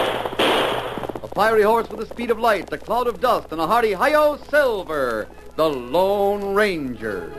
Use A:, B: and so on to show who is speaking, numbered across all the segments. A: A fiery horse with the speed of light, a cloud of dust, and a hearty hi-yo silver, the Lone Ranger.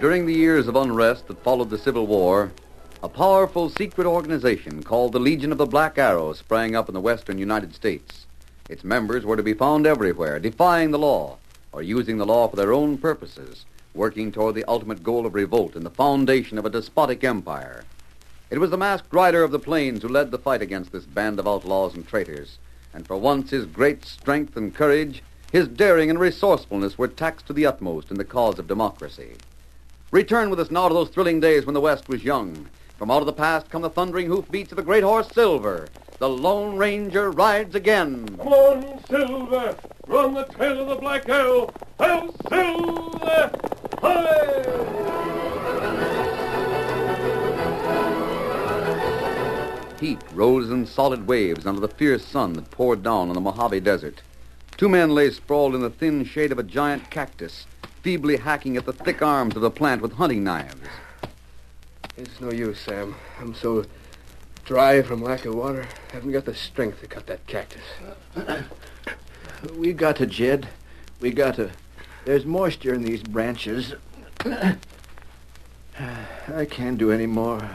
A: During the years of unrest that followed the Civil War, a powerful secret organization called the Legion of the Black Arrow sprang up in the western United States. Its members were to be found everywhere, defying the law, or using the law for their own purposes, working toward the ultimate goal of revolt and the foundation of a despotic empire. It was the masked rider of the plains who led the fight against this band of outlaws and traitors, and for once his great strength and courage, his daring and resourcefulness were taxed to the utmost in the cause of democracy. Return with us now to those thrilling days when the West was young. From out of the past come the thundering hoofbeats of the great horse Silver. The Lone Ranger rides again.
B: Come on, Silver! We're on the trail of the Black Arrow! Oh, Silver! Hi!
A: Heat rose in solid waves under the fierce sun that poured down on the Mojave Desert. Two men lay sprawled in the thin shade of a giant cactus, feebly hacking at the thick arms of the plant with hunting knives.
C: It's no use, Sam. I'm so dry from lack of water. Haven't got the strength to cut that cactus.
D: We got to, Jed. We got to. There's moisture in these branches. I can't do any more.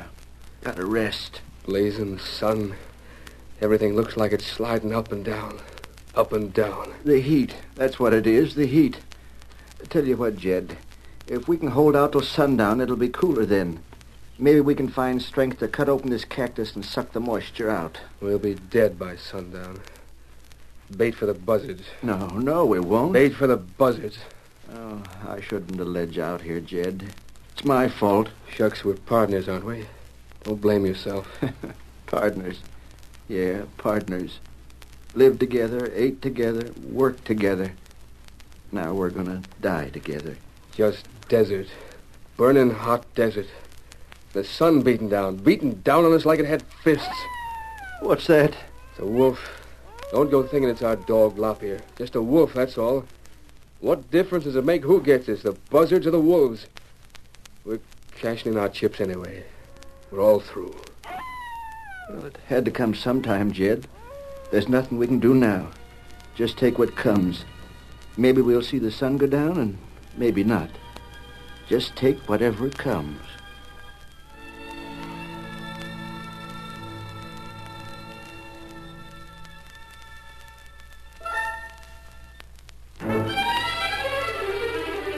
D: Got to rest.
C: Blazing sun. Everything looks like it's sliding up and down, up and down.
D: The heat. That's what it is, the heat. Tell you what, Jed. If we can hold out till sundown, it'll be cooler then. Maybe we can find strength to cut open this cactus and suck the moisture out.
C: We'll be dead by sundown. Bait for the buzzards.
D: No, no, we won't.
C: Bait for the buzzards.
D: Oh, I shouldn't have led you out here, Jed. It's my fault.
C: Shucks, we're partners, aren't we? Don't blame yourself.
D: Partners. Yeah, partners. Lived together, ate together, worked together. Now we're gonna die together.
C: Just desert. Burning hot desert. The sun beating down, beating down on us like it had fists.
D: What's that?
C: It's a wolf. Don't go thinking it's our dog Lop here. Just a wolf, that's all. What difference does it make who gets us, the buzzards or the wolves? We're cashing in our chips anyway. We're all through.
D: Well, it had to come sometime, Jed. There's nothing we can do now. Just take what comes. Maybe we'll see the sun go down and maybe not. Just take whatever comes.
B: Silver!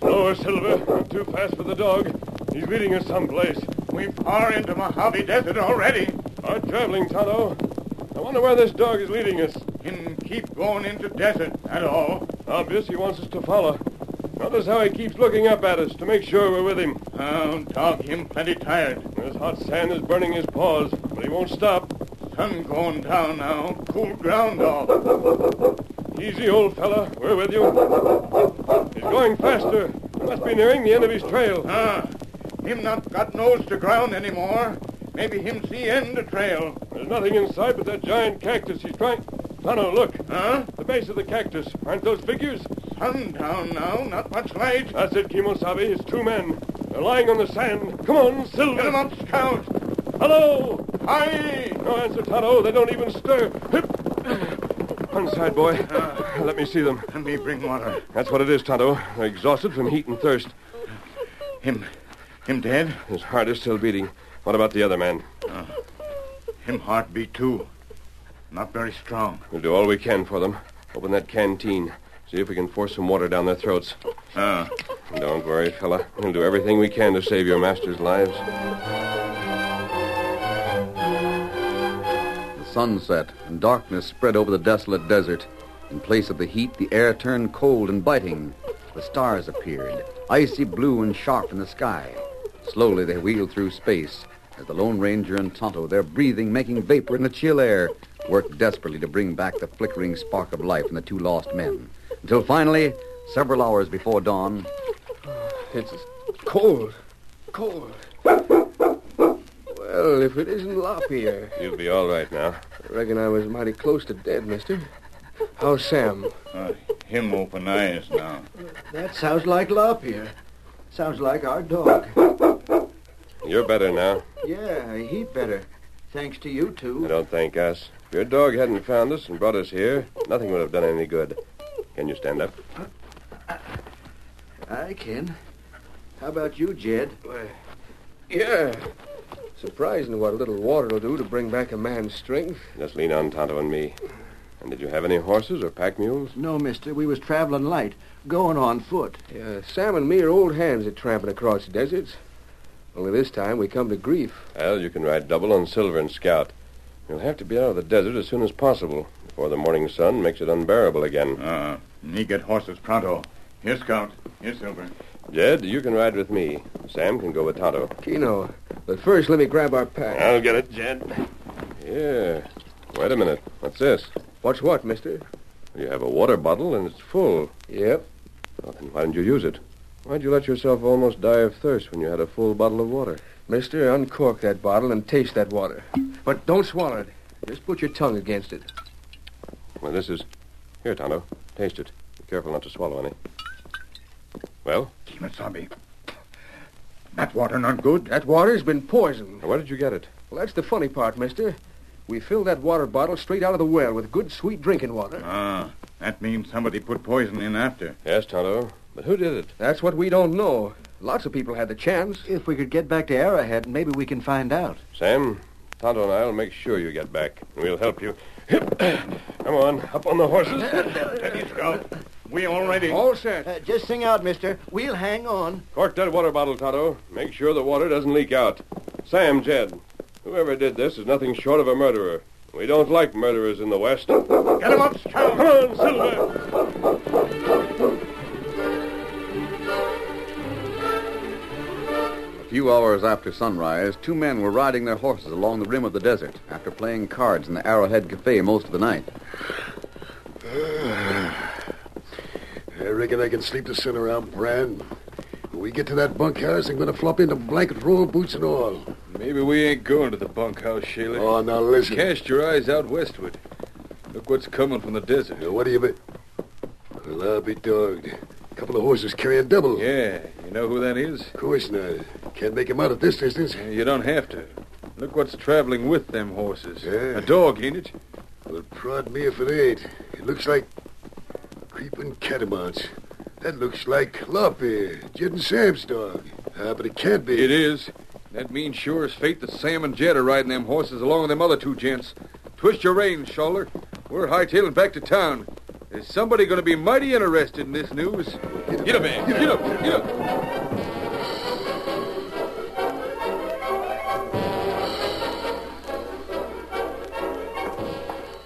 B: door, Silver. I'm too fast for the dog. He's leading us someplace.
E: We're far into Mojave Desert already.
B: Hard traveling, Tonto. I wonder where this dog is leading us.
E: Him keep going into desert, that all.
B: Obvious he wants us to follow. Notice how he keeps looking up at us to make sure we're with him.
E: Oh, dog him plenty tired.
B: This hot sand is burning his paws, but he won't stop.
E: Sun going down now. Cool ground all.
B: Easy, old fella. We're with you. He's going faster. He must be nearing the end of his trail.
E: Ah, him not got nose to ground anymore. Maybe him see end the trail.
B: There's nothing inside but that giant cactus he's trying. Tonto, look.
E: Huh?
B: The base of the cactus. Aren't those figures?
E: Sundown now, not much light.
B: That's it, Kimosabe. It's two men. They're lying on the sand. Come on, Silver.
E: Get him up, scout.
B: Hello.
E: Hi.
B: No answer, Tonto. They don't even stir. Hip. One side, boy. Uh, Let me see them.
E: Let me bring water.
B: That's what it is, Tonto. They're exhausted from heat and thirst.
E: Him, him dead. Uh.
B: His heart is still beating. What about the other man?
E: Him heart beat too. Not very strong.
B: We'll do all we can for them. Open that canteen. See if we can force some water down their throats.
E: Ah.
B: Don't worry, fella. We'll do everything we can to save your master's lives.
A: The sun set, and darkness spread over the desolate desert. In place of the heat, the air turned cold and biting. The stars appeared, icy blue and sharp in the sky. Slowly they wheeled through space as the Lone Ranger and Tonto, their breathing making vapor in the chill air, worked desperately to bring back the flickering spark of life in the two lost men. Until finally, several hours before dawn,
C: It's cold. Cold. Well, if it isn't lop here.
B: You'll be all right now.
C: Reckon I was mighty close to dead, mister. How's Sam?
E: Uh, him open eyes now.
D: That sounds like Lop-Ear. Sounds like our dog.
B: You're better now.
D: Yeah, he better. Thanks to you
B: Now,
D: two.
B: Don't thank us. If your dog hadn't found us and brought us here, nothing would have done any good. Can you stand up?
D: I can. How about you, Jed?
C: Yeah. Surprising what a little water will do to bring back a man's strength.
B: Just lean on Tonto and me. And did you have any horses or pack mules?
D: No, mister. We was traveling light, going on foot.
C: Yeah, Sam and me are old hands at tramping across deserts. Only this time we come to grief.
B: Well, you can ride double on Silver and Scout. You'll have to be out of the desert as soon as possible before the morning sun makes it unbearable again.
E: Ah, me get horses pronto. Here, scout. Here, Silver.
B: Jed, you can ride with me. Sam can go with Tonto.
C: Kino, but first let me grab our pack.
B: I'll get it, Jed. Yeah. Wait a minute. What's this?
C: What's what, mister?
B: You have a water bottle and it's full.
C: Yep.
B: Well, then why didn't you use it? Why'd you let yourself almost die of thirst when you had a full bottle of water?
C: Mister, uncork that bottle and taste that water. But don't swallow it. Just put your tongue against it.
B: Well, this is. Here, Tonto. Taste it. Be careful not to swallow any. Well,
E: Kimasabi. That water not good.
C: That water's been poisoned.
B: now where did you get it?
C: Well, that's the funny part, mister. We filled that water bottle straight out of the well with good, sweet drinking water.
E: Ah, that means somebody put poison in after.
B: Yes, Tonto. But who did it?
C: That's what we don't know. Lots of people had the chance.
D: If we could get back to Arrowhead, maybe we can find out.
B: Sam, Tonto and I will make sure you get back. and We'll help you. Come on, up on the horses.
E: Steady, scout. We already.
C: All set.
D: Uh, just sing out, mister. We'll hang on.
B: Cork that water bottle, Tonto. Make sure the water doesn't leak out. Sam, Jed, whoever did this is nothing short of a murderer. We don't like murderers in the West.
E: Get him up, scout.
B: Come on, Silver!
A: A few hours after sunrise, two men were riding their horses along the rim of the desert after playing cards in the Arrowhead Cafe most of the night.
F: I reckon I can sleep the sun around Bran. When we get to that bunkhouse, I'm going to flop into blanket roll, boots and all.
G: Maybe we ain't going to the bunkhouse, Sheila.
F: Oh, now listen.
G: Cast your eyes out westward. Look what's coming from the desert.
F: Now, what do you bet? Well, I'll be dogged. A couple of horses carrying double.
G: Yeah, you know who that is?
F: Of course not. Can't make 'em out at this distance.
G: You don't have to. Look what's traveling with them horses.
F: Yeah.
G: A dog, ain't it?
F: Well, prod me if it ain't. It looks like creeping catamounts. That looks like Lopper, Jed and Sam's dog. Ah, but it can't be.
G: It is. That means sure as fate that Sam and Jed are riding them horses along with them other two gents. Twist your reins, Shoulder. We're hightailing back to town. There's somebody going to be mighty interested in this news. Get up, man. Get up. Get up.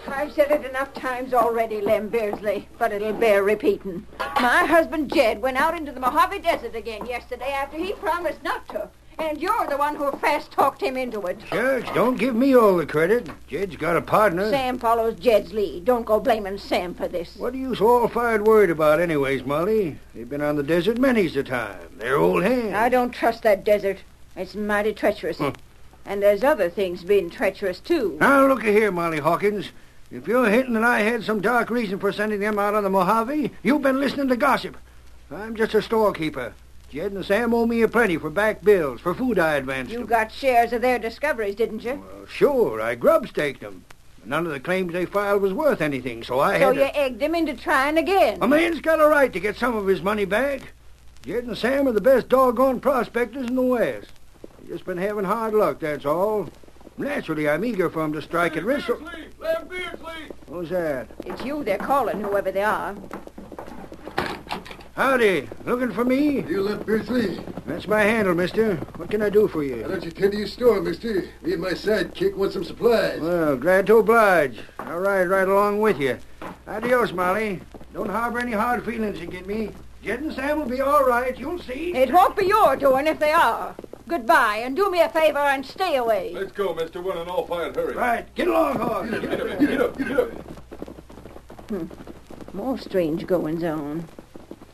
H: I've said it enough times already, Lem Beardsley, but it'll bear repeating. My husband Jed went out into the Mojave Desert again yesterday after he promised not to. And you're the one who fast talked him into it.
I: Judge, don't give me all the credit. Jed's got a partner.
H: Sam follows Jed's lead. Don't go blaming Sam for this.
I: What are you so all fired worried about anyways, Molly? They've been on the desert many's the time. They're old hands.
H: I don't trust that desert. It's mighty treacherous.
I: Huh.
H: And there's other things being treacherous, too.
I: Now, look here, Molly Hawkins. If you're hinting that I had some dark reason for sending them out on the Mojave, you've been listening to gossip. I'm just a storekeeper. Jed and Sam owe me a plenty for back bills, for food I advanced
H: You
I: them.
H: got shares of their discoveries, didn't you?
I: Sure, I grubstaked them. None of the claims they filed was worth anything, so I
H: so
I: had to...
H: you egged him into trying again.
I: A man's got a right to get some of his money back. Jed and Sam are the best doggone prospectors in the West. They've just been having hard luck, that's all. Naturally, I'm eager for 'em to strike it rich. So...
B: Beardsley! Lem Beardsley!
I: Who's that?
H: It's you they're calling, whoever they are.
I: Howdy. Looking for me?
F: You left Beardsley.
I: That's my handle, mister. What can I do for
F: Why
I: you?
F: don't you tend to your store, mister? Me and my sidekick want some supplies.
I: Well, glad to oblige. I'll ride right along with you. Adios, Molly. Don't harbor any hard feelings against me. Jed and Sam will be all right. You'll see.
H: It won't be your doing if they are. Goodbye, and do me a favor and stay away.
G: Let's go, mister. We're in an all-fired hurry.
I: Right. Get along, Hawk.
G: Get up, man. Get up. Get up.
H: More strange goings on.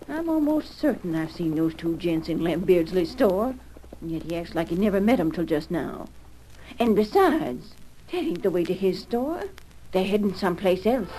H: I'm almost certain I've seen those two gents in Lem Beardsley's store, and yet he acts like he never met 'em till just now. And besides, that ain't the way to his store. They're heading someplace else.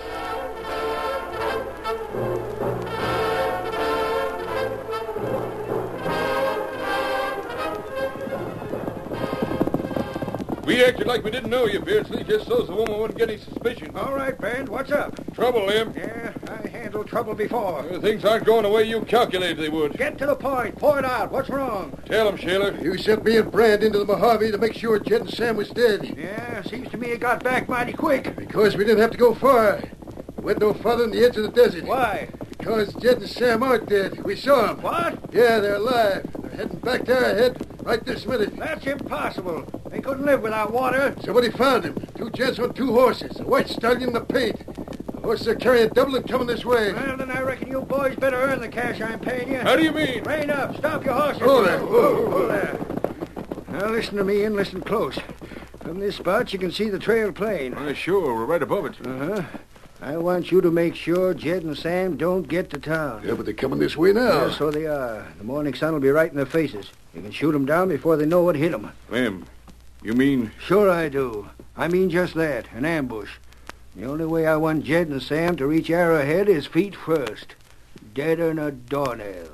G: We acted like we didn't know you, Beardsley, just so the woman wouldn't get any suspicion.
I: All right, Brand. What's up?
G: Trouble, Lem.
I: Yeah, I handled trouble before.
G: Things aren't going the way you calculated they would.
I: Get to the point. Point out. What's wrong?
G: Tell him, Sheila.
F: You sent me and Brand into the Mojave to make sure Jed and Sam was dead.
I: Yeah, seems to me it got back mighty quick.
F: Because we didn't have to go far. We went no farther than the edge of the desert.
I: Why?
F: Because Jed and Sam aren't dead. We saw them.
I: What?
F: Yeah, they're alive. They're heading back to our head right this minute.
I: That's impossible. They couldn't live without water.
F: Somebody found him. Two Jeds on two horses. A white stallion and a paint. The horses are carrying double and coming this way.
I: Well, then I reckon you boys better earn the cash I'm paying you.
G: How do you mean?
I: Rein up. Stop your horses.
F: Hold it.
I: Whoa, whoa there. Now listen to me and listen close. From this spot, you can see the trail plain.
G: Uh, sure, we're right above it.
I: Uh-huh. I want you to make sure Jed and Sam don't get to town.
F: Yeah, but they're coming this way now.
I: Yeah, so they are. The morning sun will be right in their faces. You can shoot 'em down before they know what hit 'em.
G: Lem, you mean
I: Sure I do. I mean just that, an ambush. The only way I want Jed and Sam to reach Arrowhead is feet first. Deader'n a doornail.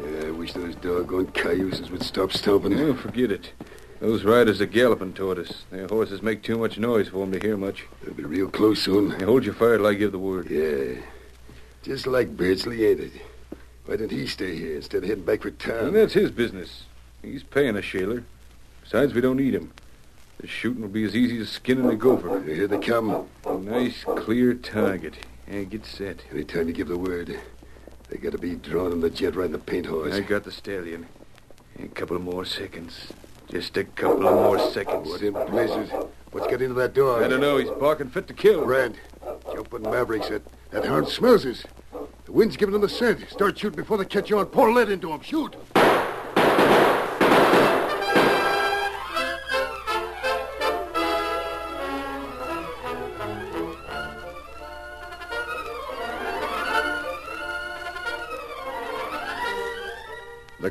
F: Yeah, I wish those doggone cayuses would stop stomping.
G: Oh, forget it. Those riders are galloping toward us. Their horses make too much noise for 'em to hear much.
F: They'll be real close soon.
G: Now, hold your fire till I give the word.
F: Yeah. Just like Beardsley, ain't it? Why didn't he stay here instead of heading back for town?
G: And that's his business. He's paying us, Shaler. Besides, we don't need him. The shooting will be as easy as skinning a gopher.
F: Here they come.
G: A nice, clear target. And get set.
F: Anytime you give the word, they gotta be drawing on the jet riding the paint horse.
G: I got the stallion. A couple more seconds. Just a couple of more seconds.
F: What in blazes? What's got into that door?
G: I don't know. He's barking fit to kill.
F: Brand, jump on Mavericks. That, that hound smells us. The wind's giving them the scent. Start shooting before they catch on. Pour lead into them. Shoot.
A: The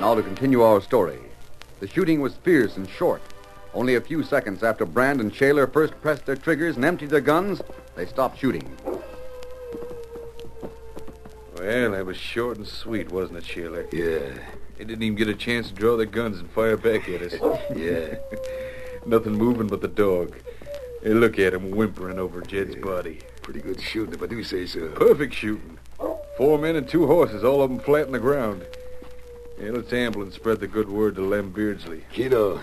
A: Now to continue our story. The shooting was fierce and short. Only a few seconds after Brand and Shaler first pressed their triggers and emptied their guns, they stopped shooting.
G: Well, that was short and sweet, wasn't it, Sheila? Yeah. They didn't even get a chance to draw their guns and fire back at us. yeah. Nothing moving but the dog. Hey, look at him whimpering over Jed's body. Pretty good shooting, if I do say so. Perfect shooting. Four men and two horses, all of them flat on the ground. Yeah, let's amble and spread the good word to Lem Beardsley.
F: Kino,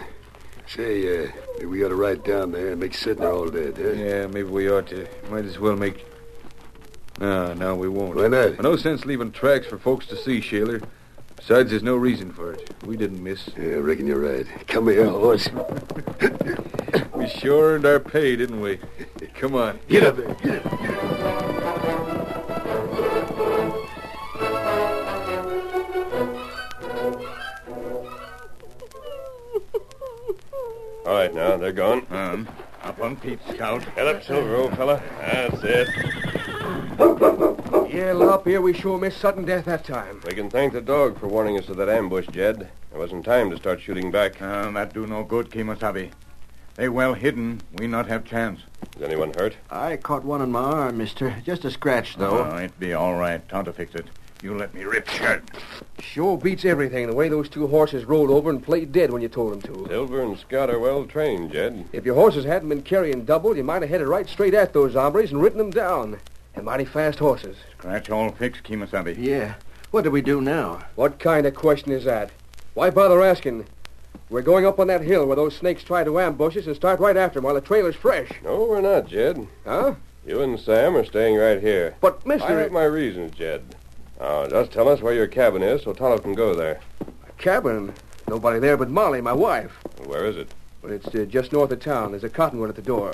F: say, uh, maybe we ought to ride down there and make certain they're all dead, huh?
G: Yeah, maybe we ought to. Might as well make. No, Ah, no, we won't.
F: Why not?
G: No sense leaving tracks for folks to see, Shaler. Besides, there's no reason for it. We didn't miss.
F: Yeah, I reckon you're right. Come here, horse.
G: We sure earned our pay, didn't we? Come on.
F: Get up there.
B: All right, now, they're gone.
G: Um, up on Pete Scout.
B: Get up, Silver, old fella. That's it.
C: Yeah, Lop, here we sure missed sudden death that time.
B: We can thank the dog for warning us of that ambush, Jed. There wasn't time to start shooting back.
J: Uh, that do no good, Kimosabe. They well hidden. We not have chance.
B: Is anyone hurt?
D: I caught one on my arm, mister. Just a scratch, though.
J: Oh, it be all right. Time to fix it. You let me rip shirt.
C: Sure beats everything, the way those two horses rolled over and played dead when you told them to.
B: Silver and Scott are well trained, Jed.
C: If your horses hadn't been carrying double, you might have headed right straight at those hombres and ridden them down. They're mighty fast horses.
J: Scratch all fixed, Kimosabe.
D: Yeah. What do we do now?
C: What kind of question is that? Why bother asking? We're going up on that hill where those snakes try to ambush us and start right after 'em while the trailer's fresh.
B: No, we're not, Jed.
C: Huh?
B: You and Sam are staying right here.
C: But,
B: I
C: mister...
B: have my reasons, Jed. Now, just tell us where your cabin is so Tonto can go there.
C: Cabin. Nobody there but Molly, my wife.
B: Where is it?
C: But it's uh, just north of town. There's a cottonwood at the door.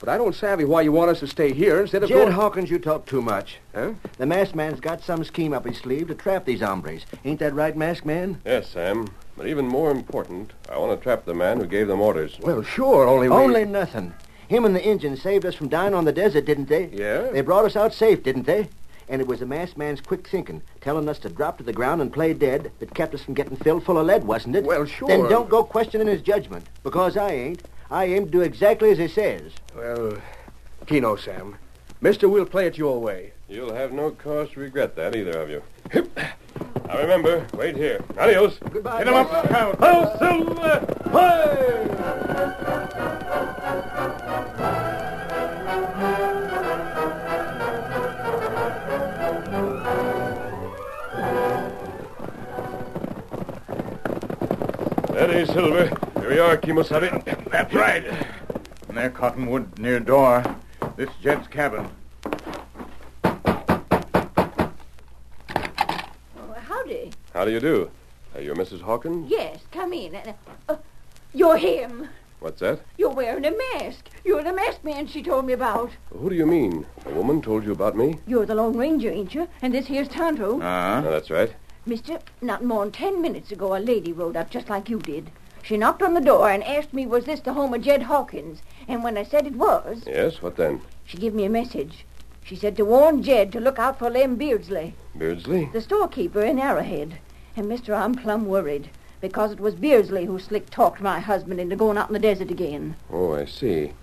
C: But I don't savvy why you want us to stay here instead of
D: Jed
C: going...
D: Hawkins, you talk too much.
C: Huh?
D: The masked man's got some scheme up his sleeve to trap these hombres. Ain't that right, masked man?
B: Yes, Sam. But even more important, I want to trap the man who gave them orders.
C: Well, sure, only we...
D: Only nothing. Him and the engine saved us from dying on the desert, didn't they?
B: Yeah?
D: They brought us out safe, didn't they? And it was the masked man's quick thinking, telling us to drop to the ground and play dead, that kept us from getting filled full of lead, wasn't it?
C: Well, sure.
D: Then don't go questioning his judgment, because I ain't. I aim to do exactly as he says.
C: Well, Kino, Sam. Mister, we'll play it your way.
B: You'll have no cause to regret that, either of you. Hip. Now remember, wait here. Adios.
D: Goodbye.
E: Hit 'em up, Scout.
B: Oh, Silver! Hey! Steady, Silver. Here we are, Kimosabe.
J: That's right. And there, cottonwood near door. This Jed's cabin.
H: Oh, howdy.
B: How do you do? Uh, you're Mrs. Hawkins?
H: Yes, come in. Uh, uh, you're him.
B: What's that?
H: You're wearing a mask. You're the masked man she told me about.
B: Who do you mean? A woman told you about me?
H: You're the Lone Ranger, ain't you? And this here's Tonto.
J: Uh-huh.
B: No, that's right.
H: Mister, not more'n ten minutes ago, a lady rode up just like you did. She knocked on the door and asked me, was this the home of Jed Hawkins? And when I said it was,
B: Yes, what then?
H: she gave me a message. She said to warn Jed to look out for Lem Beardsley,
B: Beardsley?
H: the storekeeper in Arrowhead. And, mister, I'm plumb worried because it was Beardsley who slick talked my husband into going out in the desert again
B: Oh, I see.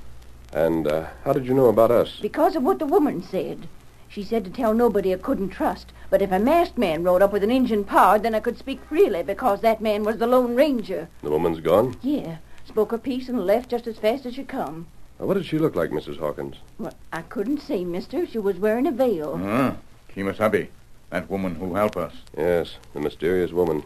B: And uh, how did you know about us?
H: because of what the woman said. She said to tell nobody I couldn't trust, but if a masked man rode up with an engine powered, then I could speak freely because that man was the Lone Ranger.
B: The woman's gone?
H: Yeah, spoke her piece and left just as fast as she come.
B: Uh, what did she look like, Mrs. Hawkins?
H: Well, I couldn't see, mister. She was wearing a veil.
J: Uh-huh. Kimosabe, that woman who help us.
B: Yes, the mysterious woman.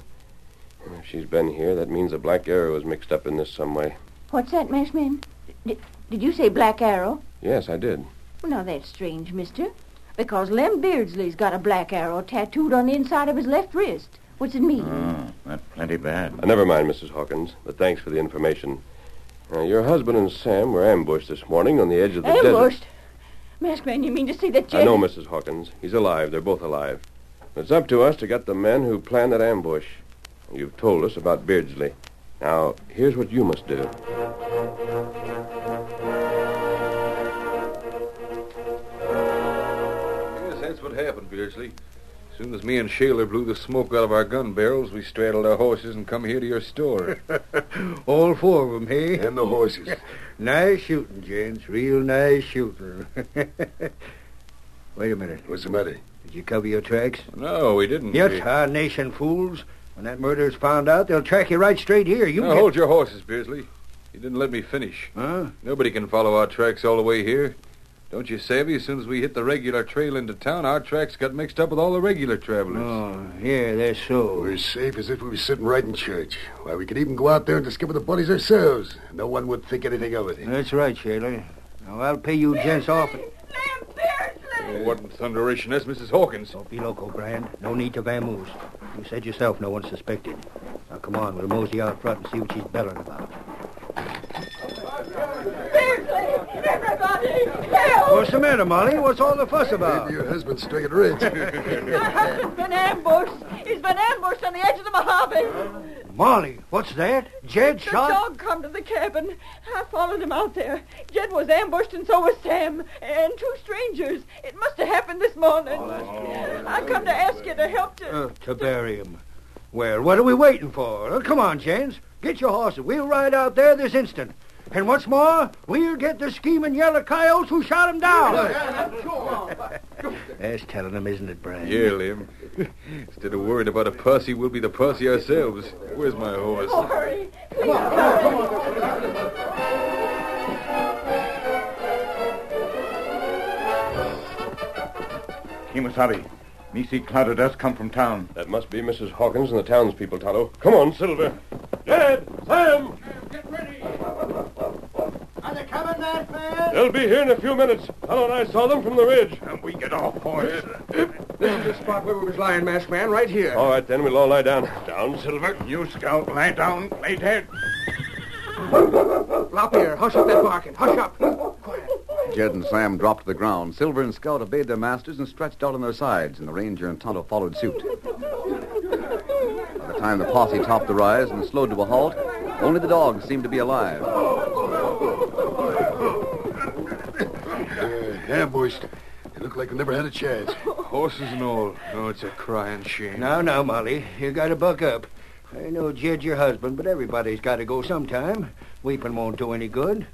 B: If she's been here, that means the Black Arrow is mixed up in this some way.
H: What's that, masked man? Did, did you say Black Arrow?
B: Yes, I did.
H: Well, now that's strange, mister. Because Lem Beardsley's got a black arrow tattooed on the inside of his left wrist. What's it mean?
B: Ah,
J: Oh, that plenty bad.
B: Uh, never mind, Mrs. Hawkins, but thanks for the information. Uh, your husband and Sam were ambushed this morning on the edge of the desert.
H: Ambushed. Masked man, you mean to say that Jed...
B: I know, Mrs. Hawkins. He's alive. They're both alive. It's up to us to get the men who planned that ambush. You've told us about Beardsley. Now, here's what you must do.
G: Yes, that's what happened, Beardsley. Soon as me and Shaler blew the smoke out of our gun barrels, we straddled our horses and come here to your store.
I: All four of them, hey?
F: And the horses.
I: nice shooting, gents. Real nice shooting. Wait a minute.
F: What's the matter?
I: Did you cover your tracks?
G: No, we didn't.
I: You
G: We-
I: tarnation fools. When that murderer's found out, they'll track you right straight here. You
G: now,
I: get-
G: hold your horses, Beardsley. You didn't let me finish.
I: Huh?
G: Nobody can follow our tracks all the way here. Don't you savvy? As soon as we hit the regular trail into town, our tracks got mixed up with all the regular travelers.
I: Oh, yeah, that's so.
F: We're as safe as if we were sitting right in church. Why, we could even go out there and discover the bodies ourselves. No one would think anything of it.
I: That's right, Shaler. Now, I'll pay you gents off.
G: Oh, what in thunderation is Mrs. Hawkins?
I: Don't be loco, Brand. No need to vamoose. You said yourself no one suspected. Now, come on, we'll mosey out front and see what she's bellowing about. What's the matter, Molly? What's all the fuss about?
F: Maybe your husband's striking rich.
H: My husband's been ambushed. He's been ambushed on the edge of the Mojave.
I: Molly, what's that? Jed
H: The
I: shot?
H: dog come to the cabin. I followed him out there. Jed was ambushed and so was Sam and two strangers. It must have happened this morning.
B: Oh,
H: I come to ask you to help to...
I: Uh, to bury him. Well, what are we waiting for? Uh, come on, gents. Get your horses. We'll ride out there this instant. And what's more, we'll get the scheming yellow coyotes who shot him down. That's telling them, isn't it, Brand?
G: Yeah, Lim. Instead of worrying about a posse, we'll be the posse ourselves. Where's my horse?
F: Oh,
J: Kimasabi, me see cloud of dust come from town.
B: That must be Mrs. Hawkins and the townspeople, Tonto. Come on, Silver. Jed! Sam!
I: Are they coming, that man?
B: They'll be here in a few minutes. Tonto and I saw them from the ridge.
J: And we get off horse.
I: This is the spot where we was lying, masked man, right here.
B: All right, then. We'll all lie down. Down, Silver.
J: You scout, lie down, play dead.
I: Lopier, hush up that barking. Hush up.
A: Jed and Sam dropped to the ground. Silver and Scout obeyed their masters and stretched out on their sides, and the ranger and Tonto followed suit. By the time the posse topped the rise and slowed to a halt, only the dogs seemed to be alive.
F: They're ambushed. They look like they never had a chance.
G: Horses and all. Oh, it's a crying shame.
I: Now, now, Molly, you got to buck up. I know Jed's your husband, but everybody's got to go sometime. Weeping won't do any good.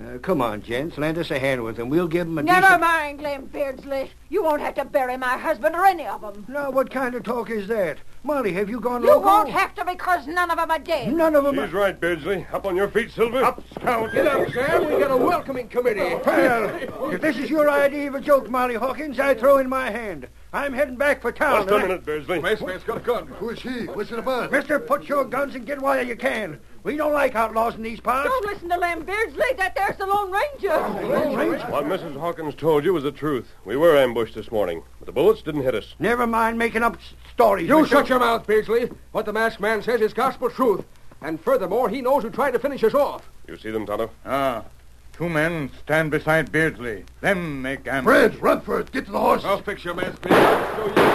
I: Uh, come on, gents, lend us a hand with them. We'll give them a
H: Never
I: decent...
H: mind, Clem Beardsley. You won't have to bury my husband or any of them.
I: Now, what kind of talk is that? Molly, have you gone
H: You
I: loco?
H: won't have to because none of them are dead.
I: None of them...
B: He's right, Beardsley. Up on your feet, Silver. Up, Scout.
C: Get up, Sam. We got a welcoming committee.
I: Well, if this is your idea of a joke, Molly Hawkins, I throw in my hand. I'm heading back for town.
B: Just a minute, Beardsley.
G: man's got a gun.
F: Who is he? What's it about?
I: Mister, put your guns and get while you can. We don't like outlaws in these parts.
H: Don't listen to Lem Beardsley. That there's the Lone Ranger.
B: What Mrs. Hawkins told you was the truth. We were ambushed this morning, but the bullets didn't hit us.
I: Never mind making up s- stories.
C: You
I: mister.
C: shut your mouth, Beardsley. What the masked man says is gospel truth. And furthermore, he knows who tried to finish us off.
B: You see them, Tonto?
J: Ah, two men stand beside Beardsley. Them make ambush.
F: Brad, run for it. Get to the horses.
G: I'll fix your mask, man.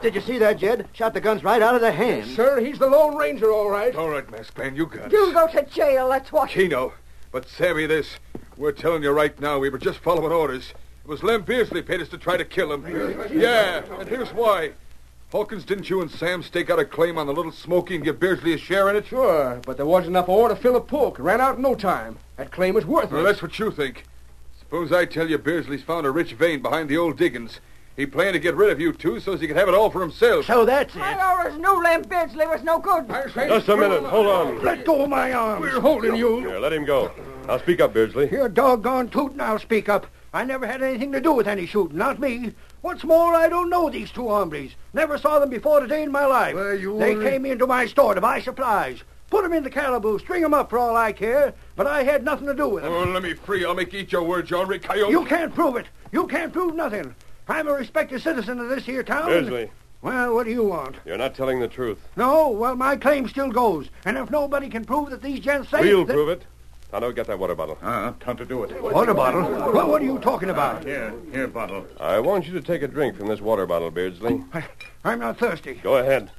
D: Did you see that, Jed? Shot the guns right out of their hands.
C: Sir, he's the Lone Ranger, all right.
G: All right, mask man, you got it.
H: You go to jail, that's what.
G: Kino, but savvy this. We're telling you right now, we were just following orders. It was Lem Beardsley paid us to try to kill him. Yeah, and here's why. Hawkins, didn't you and Sam stake out a claim on the little Smoky and give Beardsley a share in it?
C: Sure, but there wasn't enough ore to fill a poke. It ran out in no time. That claim was worthless.
G: Well, that's what you think. Suppose I tell you Beardsley's found a rich vein behind the old diggings. He planned to get rid of you two so as he could have it all for himself.
I: So that's it.
H: I always knew Lem Beardsley was no good.
B: Just a minute. Hold on.
I: Let go of my arms. We're holding you.
B: Here, let him go. Now speak up, Beardsley.
I: You're a doggone tootin', I'll speak up. I never had anything to do with any shooting, not me. What's more, I don't know these two hombres. Never saw them before today in my life.
F: Well, you
I: they
F: already-
I: came into my store to buy supplies. Put 'em in the Calibu, string 'em up for all I care, but I had nothing to do with 'em.
G: Oh, let me free. I'll make each your words, you ornery
B: Oh,
G: coyote.
I: You can't prove it. You can't prove nothing. I'm a respected citizen of this here town.
B: Beardsley,
I: Well, what do you want?
B: you're not telling the truth.
I: No, well, my claim still goes. And if nobody can prove that these gents say...
B: We'll
I: that-
B: prove it. Tonto, get that water bottle.
J: Uh, time to do it.
I: Water bottle? What, what are you talking about?
J: Here, here, bottle.
B: I want you to take a drink from this water bottle, Beardsley.
I: I'm not thirsty.
B: Go ahead.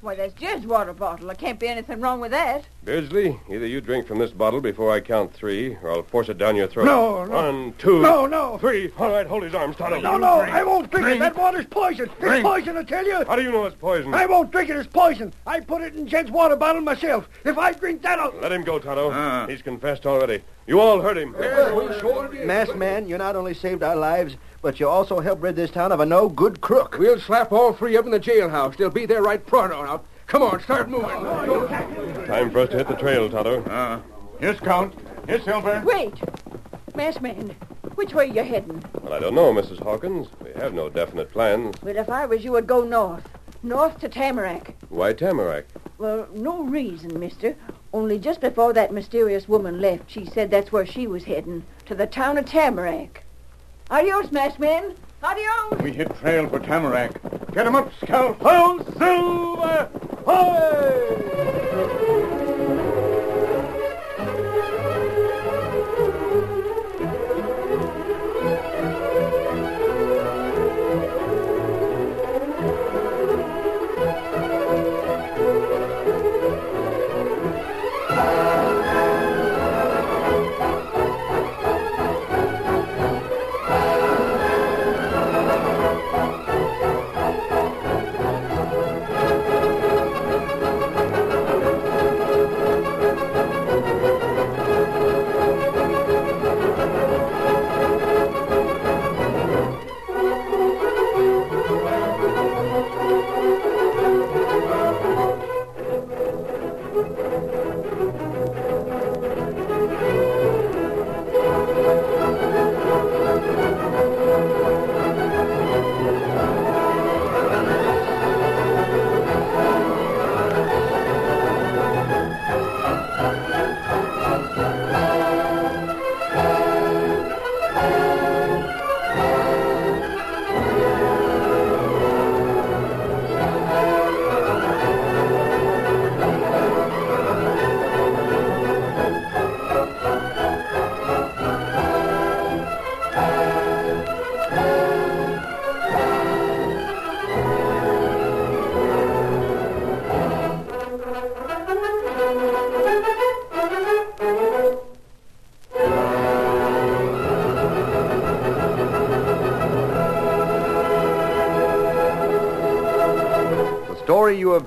H: Why, that's Jed's water bottle. There can't be anything wrong with that.
B: Beardsley, either you drink from this bottle before I count three, or I'll force it down your throat.
I: No, no.
B: One, two.
I: No, no.
B: Three. All right, hold his arms, Tonto.
I: No, no, I won't drink it. That water's poison. It's
B: Drink.
I: poison, I tell you.
B: How do you know it's poison?
I: I won't drink it. It's poison. I put it in Jed's water bottle myself. If I drink that, I'll...
B: Let him go, Tonto.
J: Ah.
B: He's confessed already. You all heard him.
D: Masked man, you not only saved our lives, but you also helped rid this town of a no-good crook.
C: We'll slap all three of them in the jailhouse. They'll be there right pronto. Now, come on, start moving.
B: Time for us to hit the trail, Tonto.
J: Uh, yes, Count. Yes, Silver.
H: Wait. Masked man, which way you heading?
B: Well, I don't know, Mrs. Hawkins. We have no definite plans.
H: Well, if I was you, I'd go north. North to Tamarack.
B: Why Tamarack?
H: Well, no reason, mister. Only just before that mysterious woman left, she said that's where she was heading, to the town of Tamarack. Adios, masked man. Adios.
J: We hit trail for Tamarack. Get him up, Scout. Ho, Silver! Hoy!
A: The story you have